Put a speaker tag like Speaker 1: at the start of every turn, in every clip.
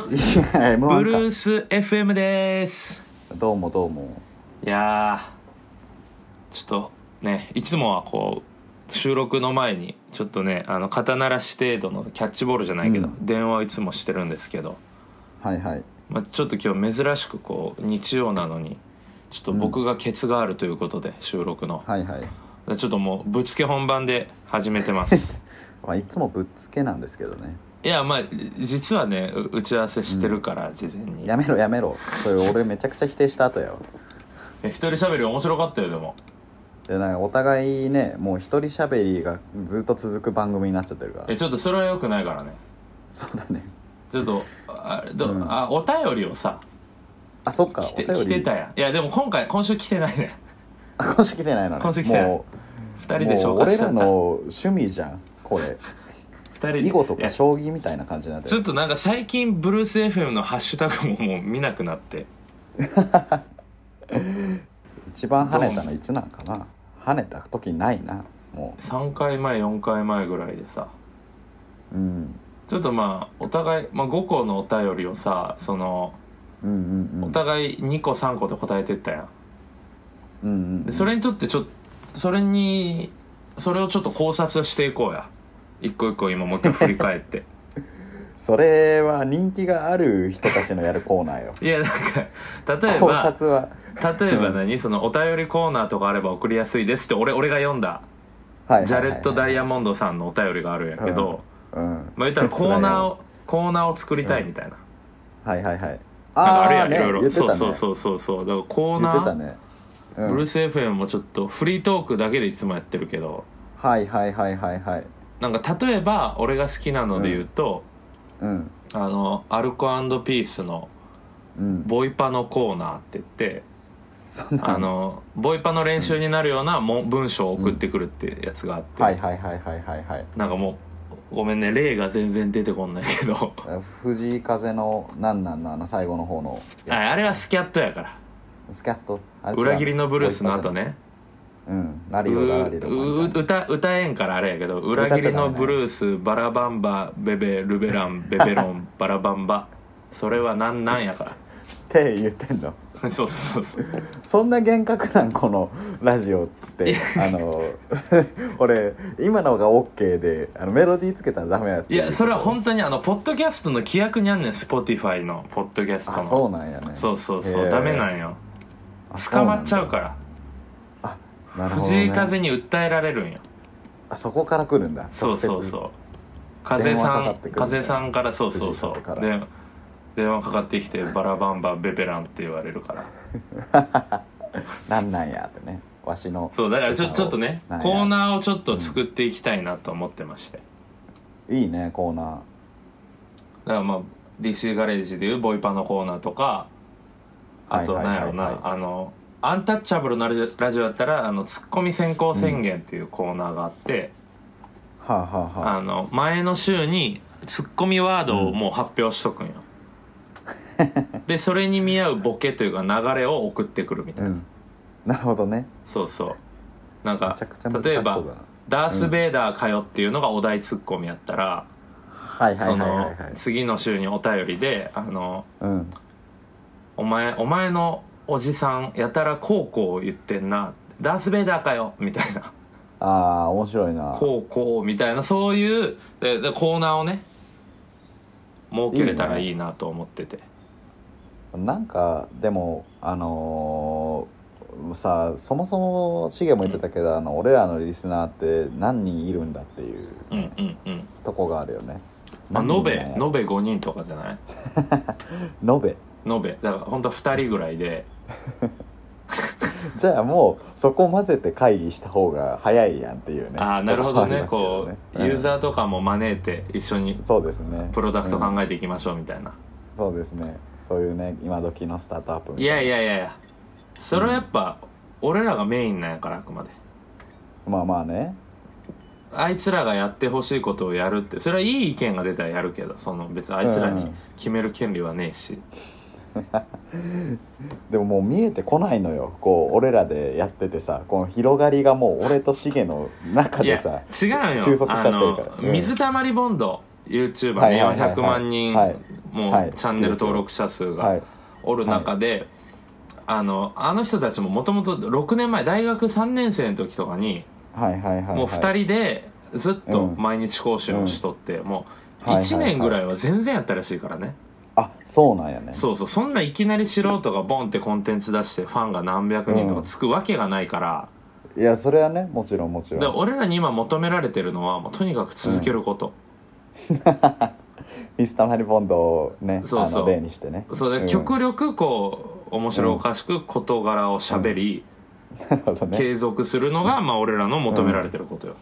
Speaker 1: えー、
Speaker 2: ブル
Speaker 1: M1
Speaker 2: ース FM です
Speaker 1: かどうもどうも
Speaker 2: いやーちょっとねいつもはこう収録の前にちょっとねあの肩慣らし程度のキャッチボールじゃないけど、
Speaker 1: う
Speaker 2: 電話をいつもしてるんですけど、
Speaker 1: はいはい
Speaker 2: まあ、ちょっと今日珍しくこう日曜なのにちょっと僕がケツがあるということで、収録の
Speaker 1: はいはい、
Speaker 2: ちょっともうぶっつけ本番で始めてます
Speaker 1: まあ、いつもぶっつけなんですけどね
Speaker 2: いやまあ実はねう打ち合わせしてるから、事前に
Speaker 1: やめろやめろそれ俺めちゃくちゃ否定した後よ
Speaker 2: え一人喋り面白かったよでも
Speaker 1: でなんかお互いねもう一人しゃべりがずっと続く番組になっちゃってるから
Speaker 2: えちょっとそれはよくないからね
Speaker 1: そうだね
Speaker 2: ちょっとあど、
Speaker 1: うん
Speaker 2: あお便りをさ
Speaker 1: あそっか
Speaker 2: 来て
Speaker 1: お便
Speaker 2: 来
Speaker 1: り
Speaker 2: てたやんいやでも今回今週来てないね
Speaker 1: あ今週来てないのね
Speaker 2: 今週来てない
Speaker 1: も
Speaker 2: 二人
Speaker 1: う
Speaker 2: で
Speaker 1: も
Speaker 2: 紹
Speaker 1: う
Speaker 2: 介
Speaker 1: 俺
Speaker 2: しちゃ
Speaker 1: ら
Speaker 2: っ
Speaker 1: の
Speaker 2: た
Speaker 1: 趣味じゃんこれ
Speaker 2: 二人で
Speaker 1: 囲碁と
Speaker 2: いや
Speaker 1: か将棋みたいな感じになって
Speaker 2: ちょっ
Speaker 1: る
Speaker 2: となんか最近ブルース FM のハッシュタグももう見なくなって
Speaker 1: 一番跳ねたのいつなんかな跳ねた時ないなも
Speaker 2: 3回前4回前ぐらいでさ
Speaker 1: う、うん、
Speaker 2: ちょっとまあお互い、まあ、5個のお便りをさその
Speaker 1: うんうんうん
Speaker 2: お互い2個3個で答えてったやん
Speaker 1: うんうんうん
Speaker 2: でそれにとってちょっとそれにそれをちょっと考察していこうや一個一個今もう一回振り返って
Speaker 1: それは人気がある人たちのやるコーナーよ
Speaker 2: いやなんか例え
Speaker 1: 考
Speaker 2: ば
Speaker 1: 察は
Speaker 2: 例えば何そのお便りコーナーとかあれば送りやすいですって俺俺が読んだ
Speaker 1: はいはいはいはい
Speaker 2: ジャレット・ダイヤモンドさんのお便りがあるんやけど、
Speaker 1: うん
Speaker 2: まあ言ったらコーナーをコーナーを作りたいみたいな、
Speaker 1: はいはいはい
Speaker 2: なんか
Speaker 1: あ
Speaker 2: あ
Speaker 1: あ
Speaker 2: る
Speaker 1: れ
Speaker 2: や
Speaker 1: や
Speaker 2: ん、
Speaker 1: ね
Speaker 2: いろい
Speaker 1: 言
Speaker 2: ろ
Speaker 1: ってた
Speaker 2: そう
Speaker 1: ね
Speaker 2: そうそうそうそうだからコー
Speaker 1: 言
Speaker 2: ナ
Speaker 1: って
Speaker 2: ー
Speaker 1: たね、うん
Speaker 2: ブルース FM もちょっとフリートークだけでいつもやってるけど
Speaker 1: はいはいはいはいはい
Speaker 2: なんか例えば俺が好きなので言うと、
Speaker 1: うん
Speaker 2: あのアルコピースの
Speaker 1: うん
Speaker 2: ボイパのコーナーって言って、
Speaker 1: そんな
Speaker 2: あのボイパの練習になるようなもん文章を送ってくるってやつがあって、
Speaker 1: はいはいはいはいはいはい
Speaker 2: なんかもうごめんね例が全然出てこんないけど
Speaker 1: 藤井風のなんなんのあの最後の方の
Speaker 2: あ あれはスキャットやから
Speaker 1: スキャットあれ違う
Speaker 2: 裏切りのブルースの後ね
Speaker 1: うんラ
Speaker 2: う
Speaker 1: リロラリロ
Speaker 2: う
Speaker 1: みたい
Speaker 2: 歌歌えんからあれやけど裏切りのブルースバラバンバベベルベランベベロンバラバンバそれはなんなんやか
Speaker 1: なって言ってんの
Speaker 2: らそうそうそうそう
Speaker 1: そんな厳格なんこのラジオってあの 俺今のが OK であのメロディーつけたらダメやって
Speaker 2: い
Speaker 1: い
Speaker 2: やそれは本
Speaker 1: 当
Speaker 2: 当にあのポッドキャストの規約にあんねん Spotify のポッドキャスト
Speaker 1: あ
Speaker 2: の
Speaker 1: そうなんやね
Speaker 2: そうそうそう
Speaker 1: へー
Speaker 2: ダメなんよ
Speaker 1: あそう
Speaker 2: 捕ま
Speaker 1: なん
Speaker 2: っ
Speaker 1: だ
Speaker 2: ちゃうから
Speaker 1: あなるほど、ね、
Speaker 2: 藤井風に訴えられるんよ
Speaker 1: あそこから来るんだ
Speaker 2: そうそう
Speaker 1: う
Speaker 2: そう風さ
Speaker 1: 電話かか
Speaker 2: ん
Speaker 1: ってくるみたいな
Speaker 2: 風さんからそうそうそ
Speaker 1: 藤井風
Speaker 2: う
Speaker 1: から
Speaker 2: で電話かかってきて「バラバンバベベラン」って言われるから
Speaker 1: なんなんやってねわしの
Speaker 2: そうだからちょちょっとね
Speaker 1: なんや
Speaker 2: コーナーをちょっと作っていきたいなと思ってまして
Speaker 1: いいねコーナ
Speaker 2: だからまあ DC ガレージでいうボイパのコーナーとかあと
Speaker 1: はいは
Speaker 2: 何やろ
Speaker 1: いはいはい
Speaker 2: なあのアンタッチャブルなラジオラジオだったらあのツッコミ先行宣言っていうコーナーがあって、
Speaker 1: ーはあはあはあ
Speaker 2: あの前の週にツッコミワードをもう発表しとく んよ、でそれに見合うボケというか流れを送ってくるみたいな、
Speaker 1: うんなるほどね
Speaker 2: そうそうなんか
Speaker 1: めちゃくちゃ難し
Speaker 2: 例
Speaker 1: そ
Speaker 2: え
Speaker 1: うだ
Speaker 2: ば
Speaker 1: な
Speaker 2: 「ダース・ベイダーかよ」っていうのがお題ツッコミやったら、
Speaker 1: はいはい
Speaker 2: そ
Speaker 1: はいは
Speaker 2: の
Speaker 1: いはい
Speaker 2: 次の週にお便りで「あの
Speaker 1: うん
Speaker 2: お前お前のおじさんやたらこうこう言ってんな」「ダース・ベイダーかよ」みたいな
Speaker 1: ああ面白いな
Speaker 2: 「こうこう」みたいなそういうででコーナーをね設けれたらいいなと思ってて。
Speaker 1: なんかでもあのーさそもそもシゲも言ってたけど、あの俺らのリスナーって何人いるんだっていう
Speaker 2: うんうんうん
Speaker 1: とこがあるよね。
Speaker 2: まあ
Speaker 1: 何
Speaker 2: 延
Speaker 1: 人
Speaker 2: べ
Speaker 1: いない
Speaker 2: 延べ5人とかじゃない
Speaker 1: 延べ
Speaker 2: 延べだから本当は2人ぐらいで
Speaker 1: じゃあもうそこ混ぜて会議した方が早いやんっていうね。
Speaker 2: ああなるほどね
Speaker 1: と
Speaker 2: こ
Speaker 1: こ
Speaker 2: う、ユ
Speaker 1: はありま
Speaker 2: ー
Speaker 1: すけどね
Speaker 2: ザーとかも招いて一緒に
Speaker 1: うんそうですね。
Speaker 2: プロダクト
Speaker 1: うん
Speaker 2: 考えていきましょうみたいな、
Speaker 1: そうですね。そういうね今時のスタートアップみた
Speaker 2: い
Speaker 1: いな
Speaker 2: やいやいやいやそれはやっぱ俺らがメインなんやからあくまで
Speaker 1: まあまあね。
Speaker 2: あいつらがやってほしいことをやるってそれはいい意見が出たらやるけどその別にあいつら
Speaker 1: う
Speaker 2: に
Speaker 1: ん
Speaker 2: 決める権利はねえし、
Speaker 1: でももう見えてこないのよこう俺らでやっててさこの広がりがもう俺とシゲの中
Speaker 2: い
Speaker 1: で
Speaker 2: や
Speaker 1: さ
Speaker 2: 違うよ
Speaker 1: 収束しちゃってるから
Speaker 2: あの
Speaker 1: うん
Speaker 2: 水たまりボンド YouTuber
Speaker 1: はい
Speaker 2: ね
Speaker 1: はいはいはい
Speaker 2: 400万人
Speaker 1: はい
Speaker 2: もう、
Speaker 1: はい
Speaker 2: チャンネル登録者数が、
Speaker 1: はい
Speaker 2: おる中で、あのあの人たちももともと6年前大学3年生の時とかに、
Speaker 1: はいはいはい
Speaker 2: もう2人でずっと毎日講習をしとって、もう
Speaker 1: はいはいはい
Speaker 2: 1年ぐらいは全然やったらしいからね、
Speaker 1: あそうなんやね
Speaker 2: そうそうそんないきなり素人がボンってコンテンツ出してファンが何百人とかつくわけがないから,、
Speaker 1: いやそれはねもちろんもち
Speaker 2: で
Speaker 1: ろん
Speaker 2: 俺らに今求められてるのはもうとにかく続けること、
Speaker 1: ミスターマリボンドをね
Speaker 2: そうそう
Speaker 1: あの例にしてね
Speaker 2: それ
Speaker 1: うん
Speaker 2: 極力こう面白おかしく事柄をしゃべり、
Speaker 1: なるほどね
Speaker 2: 継続するのが、まあ、俺らの求められてることよ、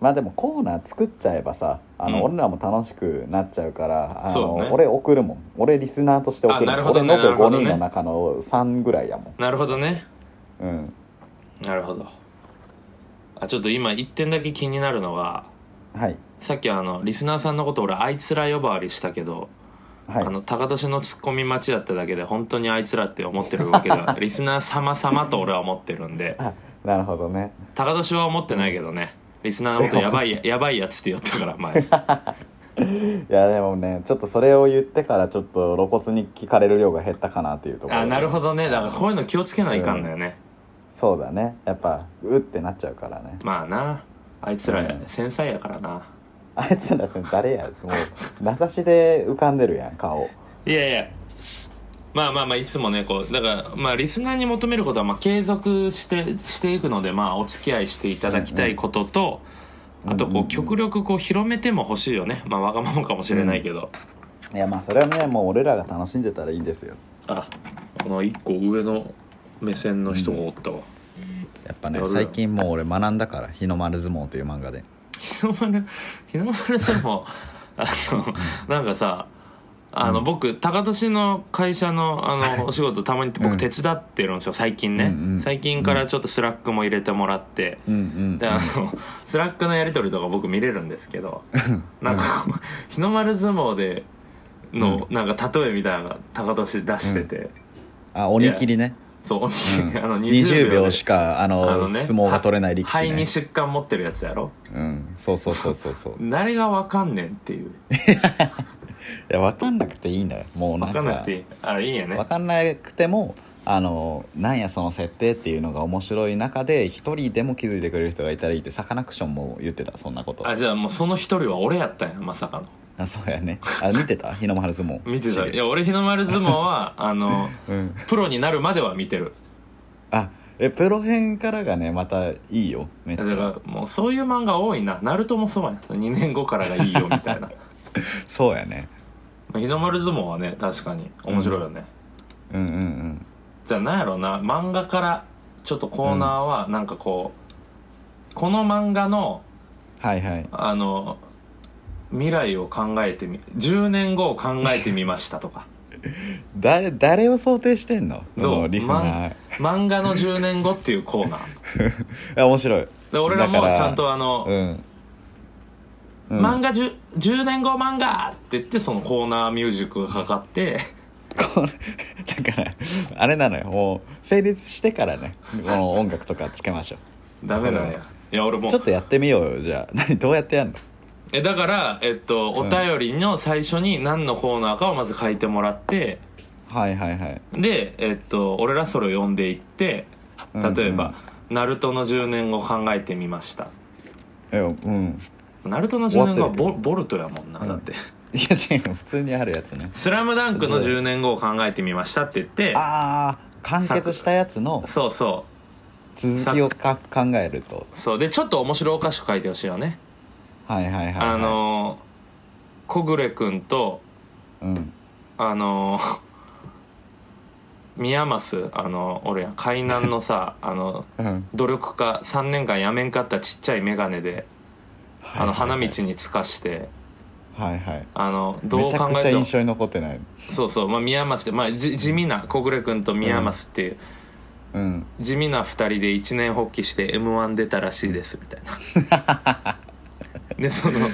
Speaker 1: まあでもコーナー作っちゃえばさあの、
Speaker 2: うん
Speaker 1: 俺らも楽しくなっちゃうからあ
Speaker 2: そ
Speaker 1: の、
Speaker 2: うね
Speaker 1: 俺送るもん俺リスナーとして送るも
Speaker 2: あな
Speaker 1: ん、
Speaker 2: るほど
Speaker 1: 俺
Speaker 2: ね
Speaker 1: のべ
Speaker 2: なるほど
Speaker 1: 5
Speaker 2: ね
Speaker 1: 人の中の3ぐらいやも
Speaker 2: なるほどね
Speaker 1: ん、うん、
Speaker 2: なるほどあちょっと今一点だけ気になるのが
Speaker 1: はい
Speaker 2: さっきあのリスナーさんのこと俺あいつら呼ばわりしたけど、
Speaker 1: はい
Speaker 2: あの高年のツッコミ待ちだっただけで本当にあいつらって思ってるわけでは ないリスナー様様と俺は思ってるんで
Speaker 1: あなるほどね
Speaker 2: 高年は思ってないけどねリスナーのことやばいややばいやつって言ったから 前
Speaker 1: いやでもねちょっとそれを言ってからちょっと露骨に聞かれる量が減ったかなっていうところ
Speaker 2: あなるほどねだからこういうの気をつけないかんだよね、
Speaker 1: そうだねやっぱうってなっちゃうからね
Speaker 2: まあなあいつら繊細やからな、
Speaker 1: あいつらさ誰やもう名指しで浮かんでるやん顔
Speaker 2: いやいやまあまあまあいつもねこうだからまあリスナーに求めることはまあ継続してしていくのでまあお付き合いしていただきたいことと、あとこう極力こう広めても欲しいよねまあわがままかもしれないけど、
Speaker 1: いやまあそれはねもう俺らが楽しんでたらいいんですよ
Speaker 2: あこの一個上の目線の人がおったわ、
Speaker 1: やっぱ
Speaker 2: ね最近
Speaker 1: もう俺学んだから「日の丸相撲」という漫画で
Speaker 2: 日の丸日の丸でもあのなんかさあの、僕高年の会社のあのお仕事たまに
Speaker 1: う
Speaker 2: 僕
Speaker 1: ん
Speaker 2: 手伝ってるんですよ最近ね、
Speaker 1: うんうん
Speaker 2: 最近からちょっとスラックも入れてもらって、
Speaker 1: うんうん
Speaker 2: であのスラックのやり取りとか僕見れるんですけどなんか日の丸相撲でのなんか例えみたいなのが高年出してて、
Speaker 1: あお
Speaker 2: にぎり
Speaker 1: ね
Speaker 2: そう、あの20秒で
Speaker 1: かあ
Speaker 2: あのね肺に
Speaker 1: ね
Speaker 2: 疾患持ってるやつやろ
Speaker 1: うんそうそうそうそうそう
Speaker 2: 誰がわかんねんっていう
Speaker 1: いや分かんなくていいんだよもうな
Speaker 2: わ
Speaker 1: ん
Speaker 2: か
Speaker 1: か
Speaker 2: んなくていいあいいよね
Speaker 1: 分かんなくてもあのなんやその設定っていうのが面白い中で一人でも気づいてくれる人がいたらいいってサカナクションも言ってたそんなこと
Speaker 2: あじゃあもうその一人は俺やったんやまさかの
Speaker 1: あそうやねあ見てた日の丸相撲
Speaker 2: 見てたい
Speaker 1: よ、
Speaker 2: や俺日の丸相撲は あの
Speaker 1: うん、
Speaker 2: プロになるまでは見てる
Speaker 1: あえプロ編からがねまたいいよめっち
Speaker 2: だ
Speaker 1: ゃ
Speaker 2: からもうそういう漫画多いなナルトもそうや2年後からがいいよみたい なま
Speaker 1: そうやね
Speaker 2: あ日の丸相撲はね確かに面白いよね、
Speaker 1: うんうんうん
Speaker 2: じゃあなんやろな漫画からちょっとコーナーはなんかこう、この漫画の
Speaker 1: はいはい
Speaker 2: あの未来を考えてみ10年後を考えてみましたと か
Speaker 1: だ誰を想定してんのそ
Speaker 2: どう
Speaker 1: のリスナー
Speaker 2: 漫画の10年後っていうコーナー
Speaker 1: あ面白い
Speaker 2: で俺らも
Speaker 1: だから
Speaker 2: ちゃんとあの、
Speaker 1: うん、うん、
Speaker 2: 漫画 10, 10年後漫画って言ってそのコーナーミュージックがかか って
Speaker 1: これ だからあれなのよもう成立してからねこの音楽とかつけましょ
Speaker 2: ダメなんやいや俺
Speaker 1: う
Speaker 2: も
Speaker 1: ちょっ
Speaker 2: う
Speaker 1: とやってみようよじゃあ 何どうやってやんの
Speaker 2: えだからえっとお便りの最初に何のコーナーかをまず書いてもらって
Speaker 1: はいはいはい
Speaker 2: でえっと俺らそれを読んでいって例えば、ナルトの10年後考えてみました」
Speaker 1: えうん
Speaker 2: ナルトの10年後は
Speaker 1: 終
Speaker 2: ボ
Speaker 1: わってるけど
Speaker 2: ボルトやもんな、
Speaker 1: うん
Speaker 2: だって
Speaker 1: いや違う普通にあるやつね
Speaker 2: 「スラムダンクの10年後を考えてみました」って言って
Speaker 1: ああ完結したやつの
Speaker 2: そうそ
Speaker 1: 続きをか考えると
Speaker 2: うそうでちょっと面白おかしく書いてほしいよね、
Speaker 1: はいはいはい、はい、
Speaker 2: あのー小暮君と
Speaker 1: うん
Speaker 2: あのー 宮益あの俺や海南の さあの
Speaker 1: うん
Speaker 2: 努力家3年間やめんかったちっちゃい眼鏡であの
Speaker 1: はいは
Speaker 2: 花
Speaker 1: い
Speaker 2: 道につかして
Speaker 1: はいはい
Speaker 2: あのど
Speaker 1: め
Speaker 2: う
Speaker 1: ちゃ
Speaker 2: 考
Speaker 1: く
Speaker 2: え
Speaker 1: ちゃ
Speaker 2: ても
Speaker 1: 印象に残ってない
Speaker 2: そうそう、まあ、宮益って、まあ、じ地味な小暮君と宮益っていう、
Speaker 1: うん
Speaker 2: 地味な2人で一年発起して m 1出たらしいですみたいな でその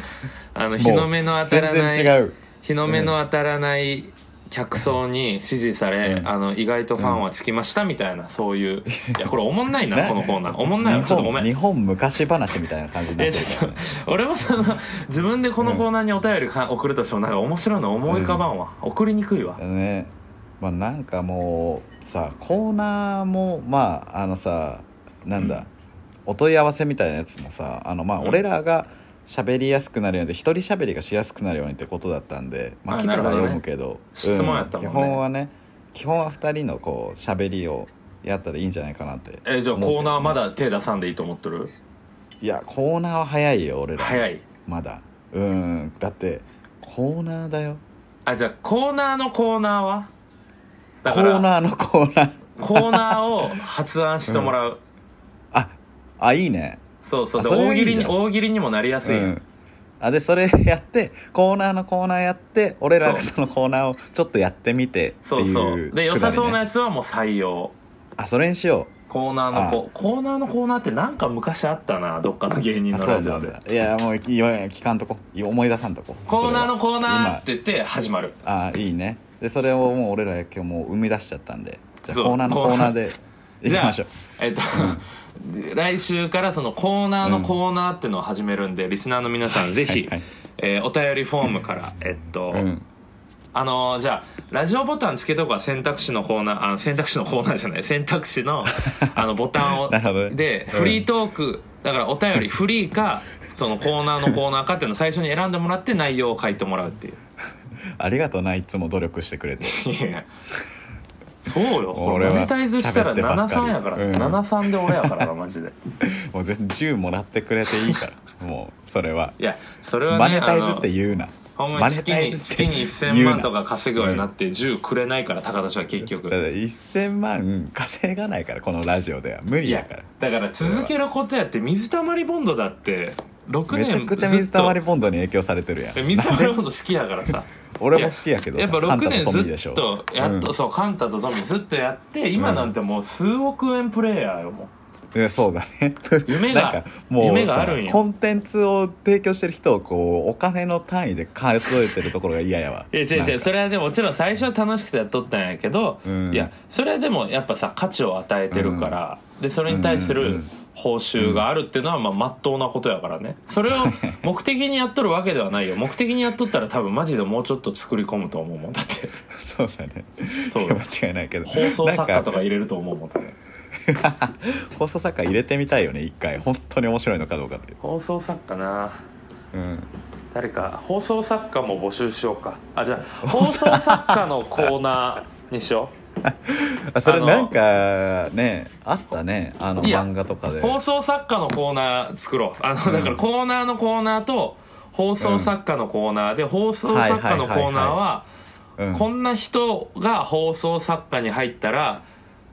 Speaker 2: あの日の目の当た
Speaker 1: 全
Speaker 2: らな
Speaker 1: 然
Speaker 2: い
Speaker 1: 違う
Speaker 2: 日の目の当たらない客層に支持され、
Speaker 1: うん
Speaker 2: あの意外とファンはつきましたみたいなそういういやこれおもん ないな
Speaker 1: ね
Speaker 2: このコーナーおもんないわ
Speaker 1: 日
Speaker 2: ちょっと
Speaker 1: 本
Speaker 2: ごめん
Speaker 1: 日本昔話みたいな感じにな
Speaker 2: え
Speaker 1: ってる
Speaker 2: ちょっと俺もその自分でこのコーナーにお便りか送るとしてもなんか面白いの思い浮かばんわ、送りにくいわ
Speaker 1: ねまあなんかもうさコーナーもまああのさなんだ、お問い合わせみたいなやつもさあのまあ
Speaker 2: うん
Speaker 1: 俺らが喋りやすくなるように一人喋りがしやすくなるようにってことだったんでまあ
Speaker 2: あ
Speaker 1: 来たら
Speaker 2: なるほどね
Speaker 1: 読むけど
Speaker 2: 質問やったもんね
Speaker 1: 基本はね基本は2人のこう喋りをやったらいいんじゃないかなって
Speaker 2: えじゃあコーナーまだ手出さんでいいと思っとる
Speaker 1: いやコーナーは早いよ俺ら
Speaker 2: 早い
Speaker 1: まだうんだってコーナーだよ
Speaker 2: あじゃあコーナーのコーナーは
Speaker 1: コ
Speaker 2: だか
Speaker 1: ー
Speaker 2: ら
Speaker 1: ナーのコーナー
Speaker 2: コーナーを発案してもらう、
Speaker 1: ああいいね
Speaker 2: そうそう
Speaker 1: あ
Speaker 2: で
Speaker 1: それ
Speaker 2: 大
Speaker 1: はい
Speaker 2: 喜
Speaker 1: い
Speaker 2: 利
Speaker 1: じ
Speaker 2: に
Speaker 1: ゃん
Speaker 2: 大喜利にもなりやすい、
Speaker 1: うん、あでそれやってコーナーのコーナーやって俺らが
Speaker 2: そう
Speaker 1: そのコーナーをちょっとやってみてって
Speaker 2: そう
Speaker 1: いう
Speaker 2: そうで良さそうな
Speaker 1: くだりね
Speaker 2: やつはもう採用
Speaker 1: あそれにしよ
Speaker 2: コーナーのココーナーのコーナーってなんか昔あったなどっかの芸
Speaker 1: う
Speaker 2: 人
Speaker 1: あ
Speaker 2: の
Speaker 1: そ
Speaker 2: ラ
Speaker 1: う
Speaker 2: ジ
Speaker 1: な
Speaker 2: オ
Speaker 1: ん
Speaker 2: で
Speaker 1: だいやもういや聞かんとこい思い出さんとこ
Speaker 2: コーナーのコーナー
Speaker 1: 今
Speaker 2: って言って始まる
Speaker 1: あいいねでそれをもう俺らが今日もう生み出しちゃったんでじゃ
Speaker 2: そ
Speaker 1: あ
Speaker 2: う
Speaker 1: コーナーのコーナーでいき
Speaker 2: じゃあ
Speaker 1: ましょう
Speaker 2: えっと、来週からそのコーナーのコーナーってのを始めるんで、リスナーの皆さんぜひ、
Speaker 1: はい
Speaker 2: えーお便りフォームから、えっと、
Speaker 1: うん
Speaker 2: あのーじゃあラジオボタンつけとくは選択肢のコーナーあの選択肢のコーナーじゃない 選択肢 のあのボタンを
Speaker 1: なるほどね
Speaker 2: で
Speaker 1: うん
Speaker 2: フリートークだからお便りフリーかそのコーナーのコーナーかっていうのを最初に選んでもらって内容を書いてもらうっていう
Speaker 1: ありがとうないつも努力してくれて
Speaker 2: いやいやそうよこ
Speaker 1: 俺
Speaker 2: れ
Speaker 1: は
Speaker 2: モニタイズしたら
Speaker 1: 喋ってばっか
Speaker 2: 73
Speaker 1: り
Speaker 2: やから、
Speaker 1: うん
Speaker 2: 73で俺やからなマジで
Speaker 1: もう全然10もらってくれていいから もうそれはい
Speaker 2: やそれはね
Speaker 1: マネタイズ
Speaker 2: あ
Speaker 1: っ
Speaker 2: の
Speaker 1: て言うな
Speaker 2: ほんま
Speaker 1: マ
Speaker 2: に
Speaker 1: ネ
Speaker 2: 月
Speaker 1: タイ
Speaker 2: に
Speaker 1: ズっ
Speaker 2: 月
Speaker 1: て
Speaker 2: に
Speaker 1: 言
Speaker 2: 1000
Speaker 1: う
Speaker 2: 万とか稼ぐようになって10くれないから高田氏は結
Speaker 1: だか
Speaker 2: 局
Speaker 1: ら1000万稼がないからこのラジオでは無
Speaker 2: い
Speaker 1: 理だ
Speaker 2: や
Speaker 1: から
Speaker 2: だから続けることやって水たまりボンドだって6年
Speaker 1: めちゃくちゃ
Speaker 2: ずっと
Speaker 1: 水溜りボンドに影響されてるやん
Speaker 2: え水たま
Speaker 1: なん
Speaker 2: り
Speaker 1: で
Speaker 2: ボンド好きやからさ
Speaker 1: 俺も好きやけどさ
Speaker 2: やっぱ
Speaker 1: カ
Speaker 2: 6
Speaker 1: ンタ
Speaker 2: 年
Speaker 1: とト
Speaker 2: ず
Speaker 1: ミーでしょ
Speaker 2: っとやっと、そうカンタとトミーずっとやって今なんてもう数億円プレイヤーよもう
Speaker 1: うんえそうだね
Speaker 2: 夢が
Speaker 1: なんかもう
Speaker 2: 夢が
Speaker 1: さ
Speaker 2: あるんや
Speaker 1: コンテンツを提供してる人をこうお金の単位で数えてるところが嫌やわ
Speaker 2: いや違う違うそ
Speaker 1: れ
Speaker 2: れはでももちろん最初は楽しくてやっとったんやけど、
Speaker 1: うん
Speaker 2: いやそれはでもやっぱさ価値を与えてるから、でそれに対す
Speaker 1: うんうんう
Speaker 2: る
Speaker 1: ん
Speaker 2: 報酬があるっていうのはまあ真っ当なことやからねそれを目的にやっとるわけでは ないよ目的にやっとったら多分マジでもうちょっと作り込むと思うもんだ って
Speaker 1: そうだね
Speaker 2: そう
Speaker 1: いや間違いないけど
Speaker 2: 放送作家と
Speaker 1: か
Speaker 2: か入れると思うもんね
Speaker 1: 放送作家入れてみたいよね一回本当に面白いのかどうかって
Speaker 2: 放送作家な
Speaker 1: うん
Speaker 2: 誰か放送作家も募集しようかあじゃあ放送作家のコーナーにしよう
Speaker 1: あそれ
Speaker 2: あの
Speaker 1: なんかねあったねあの
Speaker 2: いや
Speaker 1: 漫画とかで
Speaker 2: 放送作家のコーナー作ろうあのだからコーナーのコーナーと放送作家のコーナーで放送作家のコーナーは
Speaker 1: うん
Speaker 2: こんな人が放送作家に入ったら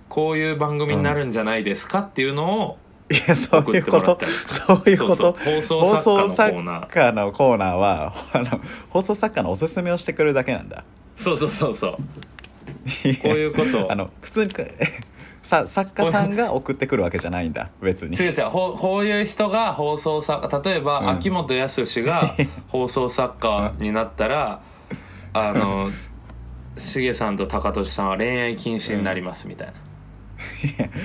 Speaker 2: こういう番組になるんじゃないですかっていうのを
Speaker 1: いやそういうこ
Speaker 2: 送ってもらっ
Speaker 1: と
Speaker 2: たり
Speaker 1: そういうこと
Speaker 2: そうそう放送作家のコーナー
Speaker 1: 放送作家のコーナーはあの放送作家のおすすめをしてくれるだけなんだ
Speaker 2: そうそうそうそうこういう ことを
Speaker 1: あの普通にえさ作家さんが送ってくるわけじゃないんだ別に
Speaker 2: 違う違うほうこういう人が放送作家例えば、
Speaker 1: うん
Speaker 2: 秋元康 が放送作家になったら、あのしげさんと高俊さんは恋愛禁止になりますみたいな、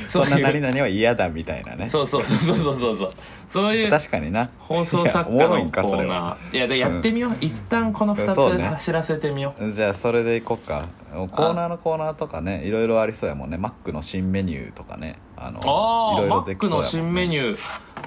Speaker 1: そん
Speaker 2: そ
Speaker 1: な
Speaker 2: ういう
Speaker 1: 何々は嫌だみたいなね
Speaker 2: そうそうそうそうそうそうそうそういう
Speaker 1: 確かにな
Speaker 2: 放送作
Speaker 1: いや
Speaker 2: 家
Speaker 1: おもろい
Speaker 2: の
Speaker 1: ん
Speaker 2: コ
Speaker 1: かそ
Speaker 2: ー
Speaker 1: れ
Speaker 2: ナ
Speaker 1: は
Speaker 2: ーいやでやってみよう、一旦この
Speaker 1: そう
Speaker 2: 2つ
Speaker 1: ね
Speaker 2: 走らせてみよう、
Speaker 1: じゃあそれでいこうかコーナーのコーナーとかねいろいろありそうやもんねマックの新メニューとかねあの
Speaker 2: ああ
Speaker 1: いろい
Speaker 2: マ
Speaker 1: ろで
Speaker 2: ック
Speaker 1: きそうやもん
Speaker 2: の
Speaker 1: ね
Speaker 2: 新メニュー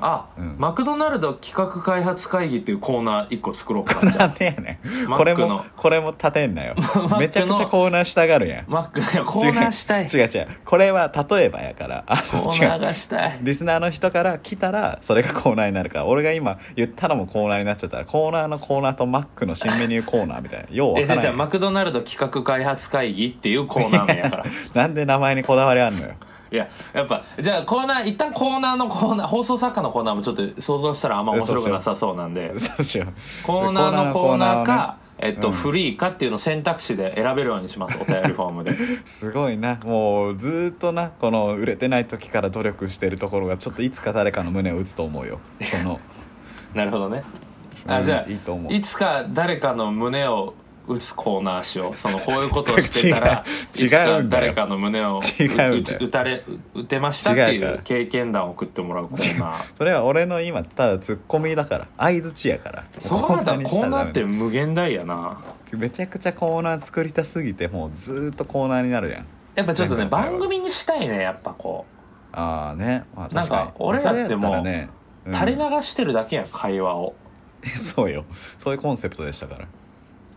Speaker 2: あ、
Speaker 1: うん
Speaker 2: マクドナルド企画開発会議っていうコーナー1個作ろうかじゃあ
Speaker 1: なんでやねん
Speaker 2: マ
Speaker 1: こ
Speaker 2: ッ
Speaker 1: れ
Speaker 2: クの
Speaker 1: もこれも立てんなよ
Speaker 2: の
Speaker 1: めちゃくちゃコーナーしたがるやん
Speaker 2: マックいやコーナーしたい
Speaker 1: 違う違う違うこれは例えばやからあ
Speaker 2: コ
Speaker 1: の
Speaker 2: ーナー
Speaker 1: 違う
Speaker 2: がしたい
Speaker 1: リスナーの人から来たらそれがコーナーになるから俺が今言ったのもコーナーになっちゃったらコーナーのコーナーとマックの新メニューコーナーみたいなようわ
Speaker 2: えじゃ
Speaker 1: か
Speaker 2: あ
Speaker 1: ら
Speaker 2: じ
Speaker 1: な
Speaker 2: ゃあ
Speaker 1: い
Speaker 2: マクドナルド企画開発会議っていうコーナー名やから
Speaker 1: なんで名前にこだわりあんのよ
Speaker 2: いややっぱじゃあコーナー一旦コーナーのコーナー放送作家のコーナーもちょっと想像したらあんま面白くなさそうなんで
Speaker 1: そうしよう
Speaker 2: コーナーのコーナーかえっと、
Speaker 1: うん
Speaker 2: フリーかっていうのを選択肢で選べるようにしますお便りフォームで
Speaker 1: すごいなもうずーっとなこの売れてない時から努力してるところがちょっといつか誰かの胸を打つと思うよその
Speaker 2: なるほどねあ
Speaker 1: うん
Speaker 2: じゃあ
Speaker 1: いいと思う
Speaker 2: いつか誰かの胸を打つコーナーしようそのこういうことをしてたら
Speaker 1: 違う
Speaker 2: いつか
Speaker 1: 違うんだよ
Speaker 2: 誰かの胸を
Speaker 1: 違うんだよ
Speaker 2: 打ち打たれ打てましたって
Speaker 1: 違う
Speaker 2: い
Speaker 1: から
Speaker 2: う経験談を送ってもらうコーナー
Speaker 1: それは俺の今ただツッコミだから相づちやから
Speaker 2: そうなんだ
Speaker 1: にし
Speaker 2: コ
Speaker 1: た
Speaker 2: ー
Speaker 1: らダ
Speaker 2: ナ
Speaker 1: メ
Speaker 2: ーって無限大やな
Speaker 1: めちゃくちゃコーナー作りたすぎてもうずーっとコーナーになるやん
Speaker 2: やっぱちょっとね
Speaker 1: 全部の会話
Speaker 2: 番組にしたいねやっぱこ
Speaker 1: ああね、まあ、
Speaker 2: なんか
Speaker 1: 確かに
Speaker 2: 俺らってもう
Speaker 1: それやたねう
Speaker 2: うん垂れ流してるだけやん会話を
Speaker 1: そうよそういうコンセプトでしたから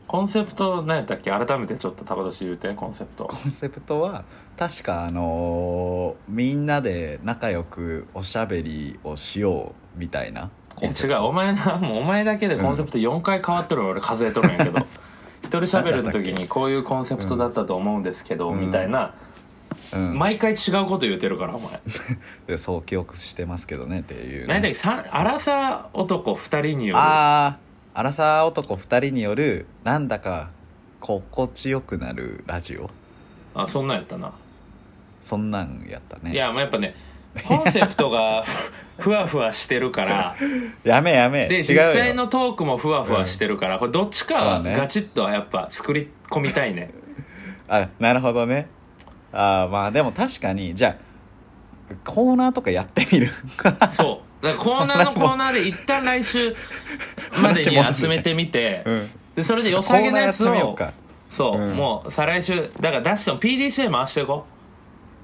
Speaker 2: コンセプト何やったっけ改めてちょっと高年言うてコンセプト
Speaker 1: コンセプトは確かあのーみんなで仲良くおしゃべりをしようみたいなコンセ
Speaker 2: 違
Speaker 1: プ
Speaker 2: うお
Speaker 1: ト
Speaker 2: 前なもうお前だけでコンセプト4回変わっとるの俺数えとるんやけど 一人喋る時にこういうコンセプトだったと思うんですけど、
Speaker 1: うん
Speaker 2: みたいな、
Speaker 1: うん
Speaker 2: 毎回違うこと言うてるからお前
Speaker 1: でそう記憶してますけどねっていう、
Speaker 2: 何だっけさん荒さ男2人による
Speaker 1: ああアラサー男2人によるなんだか心地よくなるラジオ
Speaker 2: あそんなんやったな、
Speaker 1: そんなんやったね
Speaker 2: いやまあやっぱねコンセプト がふわふわしてるから
Speaker 1: やめやめ
Speaker 2: で
Speaker 1: 違う
Speaker 2: 実際
Speaker 1: よ
Speaker 2: のトークもふわふわしてるから、これどっちか
Speaker 1: そ
Speaker 2: は
Speaker 1: うね
Speaker 2: ガチッとやっぱ作り込みたいね
Speaker 1: あなるほどねあーまあでも確かにじゃあコーナーとかやってみる
Speaker 2: そうだからコーナーのコーナーで一旦来週までに集めてみて
Speaker 1: うん
Speaker 2: でそれで良さげなやつ
Speaker 1: コーナーやってみ
Speaker 2: を
Speaker 1: ようか
Speaker 2: そう、
Speaker 1: うん
Speaker 2: もう再来週だから出しても PDCA 回していこ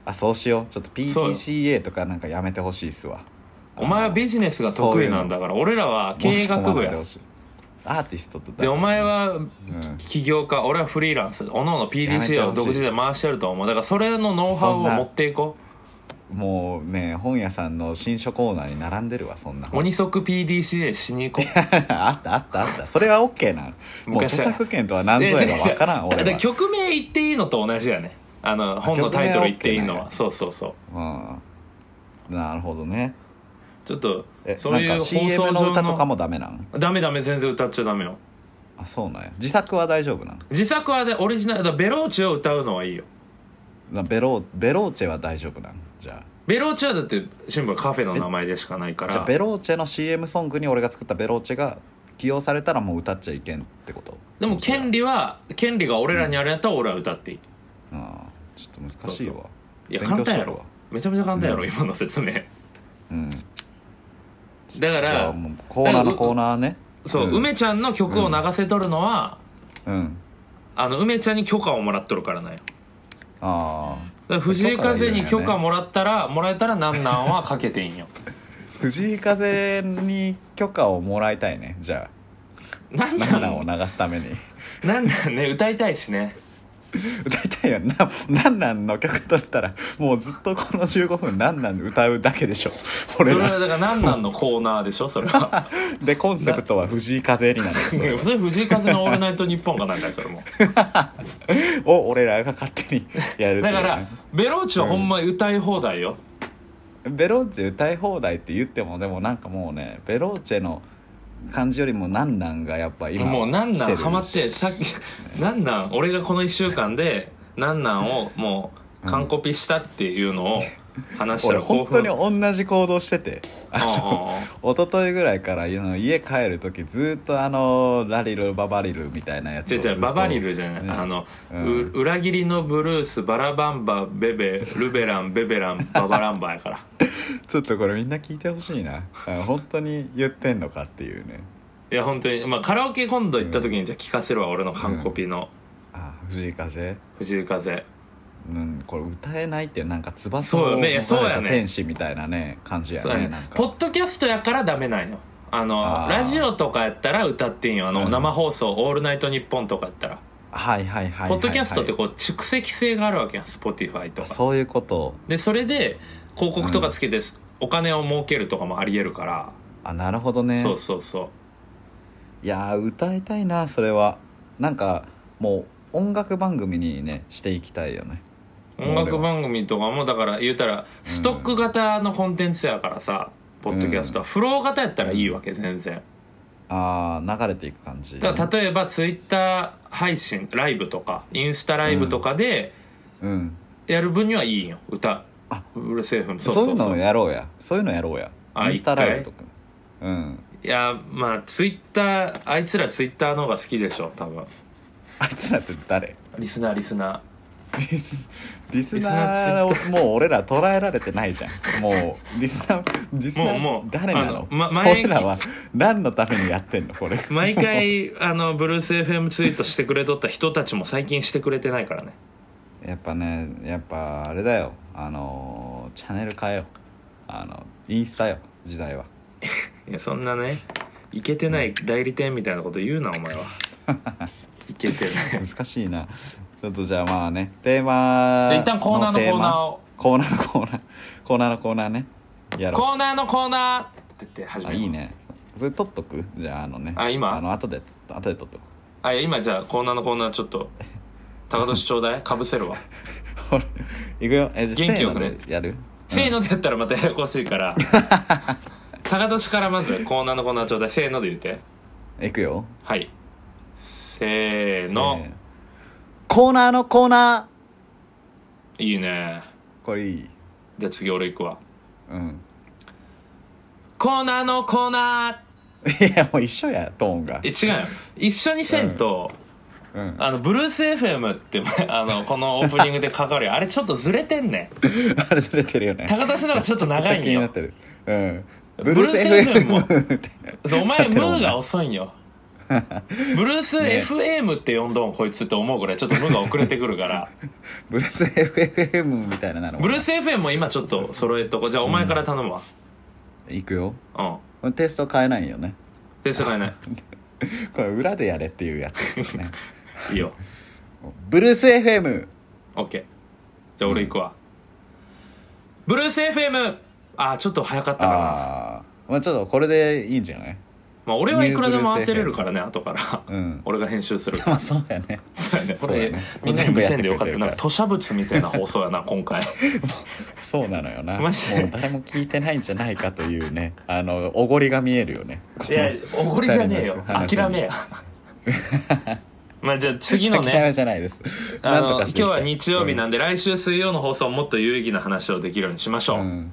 Speaker 1: あそうしようちょっと
Speaker 2: そうよ
Speaker 1: PPCA とかなんかやめてほしいっすわ
Speaker 2: うお前はビジネスが得意なんだから俺らは経営学部
Speaker 1: 持ち込まないで
Speaker 2: や
Speaker 1: ほしいアーティストと
Speaker 2: でお前は
Speaker 1: うん
Speaker 2: 起業家俺はフリーランスおのおの
Speaker 1: やめて
Speaker 2: PDCA を
Speaker 1: ほしい
Speaker 2: 独自で回してると思うだからそれのノウハウを持っていこ
Speaker 1: もうね本屋さんの新書コーナーに並んでるわそんな
Speaker 2: う
Speaker 1: 本
Speaker 2: 鬼足 PDCA しに行こう
Speaker 1: あったあったあったそれは OK なのもう
Speaker 2: 昔は
Speaker 1: 著作権とは何ぞやが分からん
Speaker 2: 違う違う違う
Speaker 1: 俺
Speaker 2: だ
Speaker 1: は
Speaker 2: ら曲名言っていいのと同じやねあの本のタイトル言っていいの
Speaker 1: 曲名は OK なん
Speaker 2: は
Speaker 1: や
Speaker 2: そうそうそう
Speaker 1: うんなるほどね
Speaker 2: ちょっと
Speaker 1: え
Speaker 2: そうい
Speaker 1: なん
Speaker 2: う
Speaker 1: か
Speaker 2: 放送
Speaker 1: CM
Speaker 2: 上
Speaker 1: の
Speaker 2: の
Speaker 1: 歌とかもダメなん
Speaker 2: ダメダメ全然歌っちゃダメよ
Speaker 1: あそうなんや自作は大丈夫なの
Speaker 2: 自作はでオリジナルだからベローチェを歌うのはいいよ
Speaker 1: なベロベローチェは大丈夫なのじゃ
Speaker 2: ベローチェはだってシンプルカフェの名前でしかないか
Speaker 1: あじゃ
Speaker 2: ら
Speaker 1: あベローチェの CM ソングに俺が作ったベローチェが起用されたらもう歌っちゃいけんってこと
Speaker 2: でも権利は権利が俺らにあるんやったら俺は歌っていい
Speaker 1: うんちょっと難しいわ
Speaker 2: そういや
Speaker 1: 勉強
Speaker 2: 簡単や
Speaker 1: しと
Speaker 2: ろ
Speaker 1: るわ
Speaker 2: めちゃめちゃ簡単やろ
Speaker 1: うん
Speaker 2: 今の説明
Speaker 1: うんじ
Speaker 2: だか
Speaker 1: ゃあ
Speaker 2: ら
Speaker 1: もうコーナーのコーナーね
Speaker 2: そう
Speaker 1: うん
Speaker 2: 梅ちゃんの曲を流せとるのは
Speaker 1: うん
Speaker 2: あの梅ちゃんに許可をもらっとるからなんよ
Speaker 1: あ
Speaker 2: だから藤井風に許可もらったらもらえたらなんなんはかけていい んよ
Speaker 1: あ藤井風に許可をもらいたいねじゃ
Speaker 2: なん
Speaker 1: あ
Speaker 2: な
Speaker 1: ラン
Speaker 2: ん
Speaker 1: ナーを流すために
Speaker 2: なんなんね歌いたいしね
Speaker 1: 歌いたいよな「なんなん」の曲取れたらもうずっとこの15分「なんなん」歌うだけでしょ
Speaker 2: そ
Speaker 1: 俺
Speaker 2: れは
Speaker 1: ら
Speaker 2: だからなんなんのコーナーでしょそれ は
Speaker 1: でコンセプトは藤井風になる
Speaker 2: それ藤井風の「オールナイトニッポン」がなんだよそれも
Speaker 1: を俺らが勝手にやるってい
Speaker 2: だ
Speaker 1: うね
Speaker 2: からベローチはほんま歌い放題よ
Speaker 1: ベローチェ歌い放題って言ってもでもなんかもうねベローチェの感じよりもなんなんがやっぱ今
Speaker 2: もうなんな
Speaker 1: 来
Speaker 2: ん
Speaker 1: るし
Speaker 2: ハマってさっきなんなん俺がこの1週間でなんなんをもう完コピしたっていうのを話した
Speaker 1: 俺
Speaker 2: ら興
Speaker 1: 本当
Speaker 2: 奮
Speaker 1: に同じ行動してて
Speaker 2: うんうんうん
Speaker 1: 一昨日ぐらいからあの家帰る時ずっとあのラリルババリルみたいなやつ
Speaker 2: 違う
Speaker 1: をず
Speaker 2: 違
Speaker 1: っ
Speaker 2: う
Speaker 1: と
Speaker 2: ババリルじゃない、
Speaker 1: ね
Speaker 2: あの、
Speaker 1: うん
Speaker 2: う裏切りのブルースバラバンバベベルベランベベランババランバやから
Speaker 1: ちょっとこれみんな聞いてほしいなあの本当に言ってんのかっていうね
Speaker 2: いや本当にまあカラオケ今度行った時にじゃあ聞かせるわ、俺の完コピの
Speaker 1: あ藤井風
Speaker 2: 藤井風
Speaker 1: うん、これ歌えないっていうなんか翼
Speaker 2: そう
Speaker 1: を
Speaker 2: よねいや
Speaker 1: 持た
Speaker 2: そう
Speaker 1: れ
Speaker 2: や
Speaker 1: た
Speaker 2: ね
Speaker 1: 天使みたいなね感じや
Speaker 2: そうや
Speaker 1: ね
Speaker 2: ね
Speaker 1: なんか
Speaker 2: ポッドキャストやからダメなんよあの
Speaker 1: あー
Speaker 2: ラジオとかやったら歌っていいよあの、
Speaker 1: うん
Speaker 2: 生放送「オールナイトニッポン」とかやったら、
Speaker 1: はいはいはいはいはい
Speaker 2: ポッドキャストってこう蓄積性があるわけやん Spotify とか
Speaker 1: そういうこと
Speaker 2: でそれで広告とかつけて、お金を儲けるとかもありえるから、
Speaker 1: あなるほどね
Speaker 2: そうそうそう
Speaker 1: いやー歌いたいなそれはなんかもう音楽番組にねしていきたいよね
Speaker 2: 音楽番組とかもだから言うたらストック型のコンテンツやからさ、ポッドキャストはフロー型やったらいいわけ全然
Speaker 1: あー流れていく感じ
Speaker 2: だから例えばツイッター配信ライブとかインスタライブとかで
Speaker 1: うん
Speaker 2: やる分にはいいんよ歌
Speaker 1: あ
Speaker 2: うるせえふみ
Speaker 1: そ
Speaker 2: そううそうそう
Speaker 1: いうのやろうやそういうのやろうや
Speaker 2: あ
Speaker 1: インスタライブとかうん
Speaker 2: いやまあツイッターあいつらツイッターの方が好きでしょ多分
Speaker 1: あいつらって誰
Speaker 2: リスナーリスナ
Speaker 1: リスリス
Speaker 2: リスナ
Speaker 1: ナ
Speaker 2: ー
Speaker 1: ー
Speaker 2: ツイ
Speaker 1: をもう俺ら捉えられてないじゃんもうリスナーリス
Speaker 2: ーも
Speaker 1: ナー
Speaker 2: うもう
Speaker 1: 誰なの
Speaker 2: あま、
Speaker 1: 俺
Speaker 2: 毎
Speaker 1: らは何のためにやってんのこれ
Speaker 2: 毎 回あのブルース FM ツイートしてくれとった人たちも最近してくれてないからね
Speaker 1: やっぱねやっぱあれだよあのチャンネル変えようあのインスタよ時代はい
Speaker 2: やそんなねいけてない代理店みたいなこと言うなお 前はいけ てない
Speaker 1: 難しいなちょっとじゃあまあねテーマ
Speaker 2: で一旦コーナーのコーナーを
Speaker 1: コーナーのコーナーコーナーのコーナーねやろう
Speaker 2: コーナーのコーナーって言って始
Speaker 1: あ
Speaker 2: める
Speaker 1: いいねそれ取っとくじゃああのね
Speaker 2: あ今
Speaker 1: あの後で後で取っとく
Speaker 2: あいや今じゃあコーナーのコーナーちょっと高年ちょうだいかぶせるわ
Speaker 1: ほらいくよえじゃあ
Speaker 2: 元気よくね
Speaker 1: せーのでやる
Speaker 2: せーのでやったらまたややこしいから 高年からまずコーナーのコーナーちょうだいせーので言って
Speaker 1: いくよ
Speaker 2: はいせーの
Speaker 1: せーのコーナーのコーナ
Speaker 2: いいね
Speaker 1: ーこれいい
Speaker 2: じゃあ次俺行くわ
Speaker 1: うん
Speaker 2: コーナーのコーナ
Speaker 1: いやもう一緒やトーンが
Speaker 2: ーえ違うよ一緒にせんと、
Speaker 1: うん
Speaker 2: あのブルース FM って 前あのこのオープニングでかかるよあれちょっとずれてんね
Speaker 1: あれずれてるよね
Speaker 2: ん高年の方がちょっと長
Speaker 1: めっちゃ
Speaker 2: い
Speaker 1: 気
Speaker 2: ん
Speaker 1: になっ
Speaker 2: よ
Speaker 1: てるうん
Speaker 2: ブルース FM もそうお前
Speaker 1: 立て
Speaker 2: ム
Speaker 1: ろお前
Speaker 2: ーが遅いん よブルース FM って呼んどんこいつって思うぐらいちょっとムーが遅れてくるから
Speaker 1: ブルース FM みたいなのなの
Speaker 2: ブルース FM も今ちょっと揃えとこうじゃあお前から頼むわ
Speaker 1: いくよ
Speaker 2: うん
Speaker 1: これテイスト変えないよね
Speaker 2: 手伝いない
Speaker 1: これ裏でやれっていうやつですね
Speaker 2: いいよ
Speaker 1: ブルース FM
Speaker 2: OK じゃあ俺行くわ、ブルース FM あーちょっと早かったかな
Speaker 1: あーまあちょっとこれでいいんじゃない
Speaker 2: まあ俺はいくらでも忘れるからね後から
Speaker 1: うん
Speaker 2: 俺が編集す る
Speaker 1: まあそうやね
Speaker 2: そうやねこ
Speaker 1: そう
Speaker 2: れ
Speaker 1: やね
Speaker 2: みんなに見せんでよかったなん
Speaker 1: 全部やってくれてるから
Speaker 2: か吐砂物みたいな放送や な今回
Speaker 1: そうなのよなも
Speaker 2: マ
Speaker 1: う
Speaker 2: ジで
Speaker 1: 誰も聞いてないんじゃないかというねあのおごりが見えるよね
Speaker 2: いやおごりじゃねえよ
Speaker 1: 二人の話
Speaker 2: 諦めやまあじゃあ次の
Speaker 1: 諦め
Speaker 2: ね
Speaker 1: じゃないです
Speaker 2: あ
Speaker 1: なん
Speaker 2: の
Speaker 1: とか
Speaker 2: 今
Speaker 1: していき
Speaker 2: 日
Speaker 1: たい
Speaker 2: は日曜日なんで、来週水曜の放送もっと有意義な話をできるようにしましょう、
Speaker 1: うん、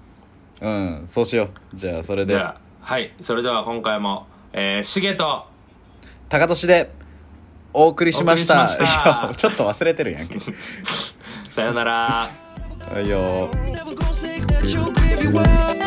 Speaker 1: うん、そうしようじゃあそれ
Speaker 2: じ
Speaker 1: で
Speaker 2: ゃあはいそれでは今回もえー、シゲと
Speaker 1: 高年でお送りしました
Speaker 2: お送りしました
Speaker 1: いやちょっと忘れてるやん け
Speaker 2: さよなら
Speaker 1: はいよ
Speaker 3: never gonna say that you'll give you up.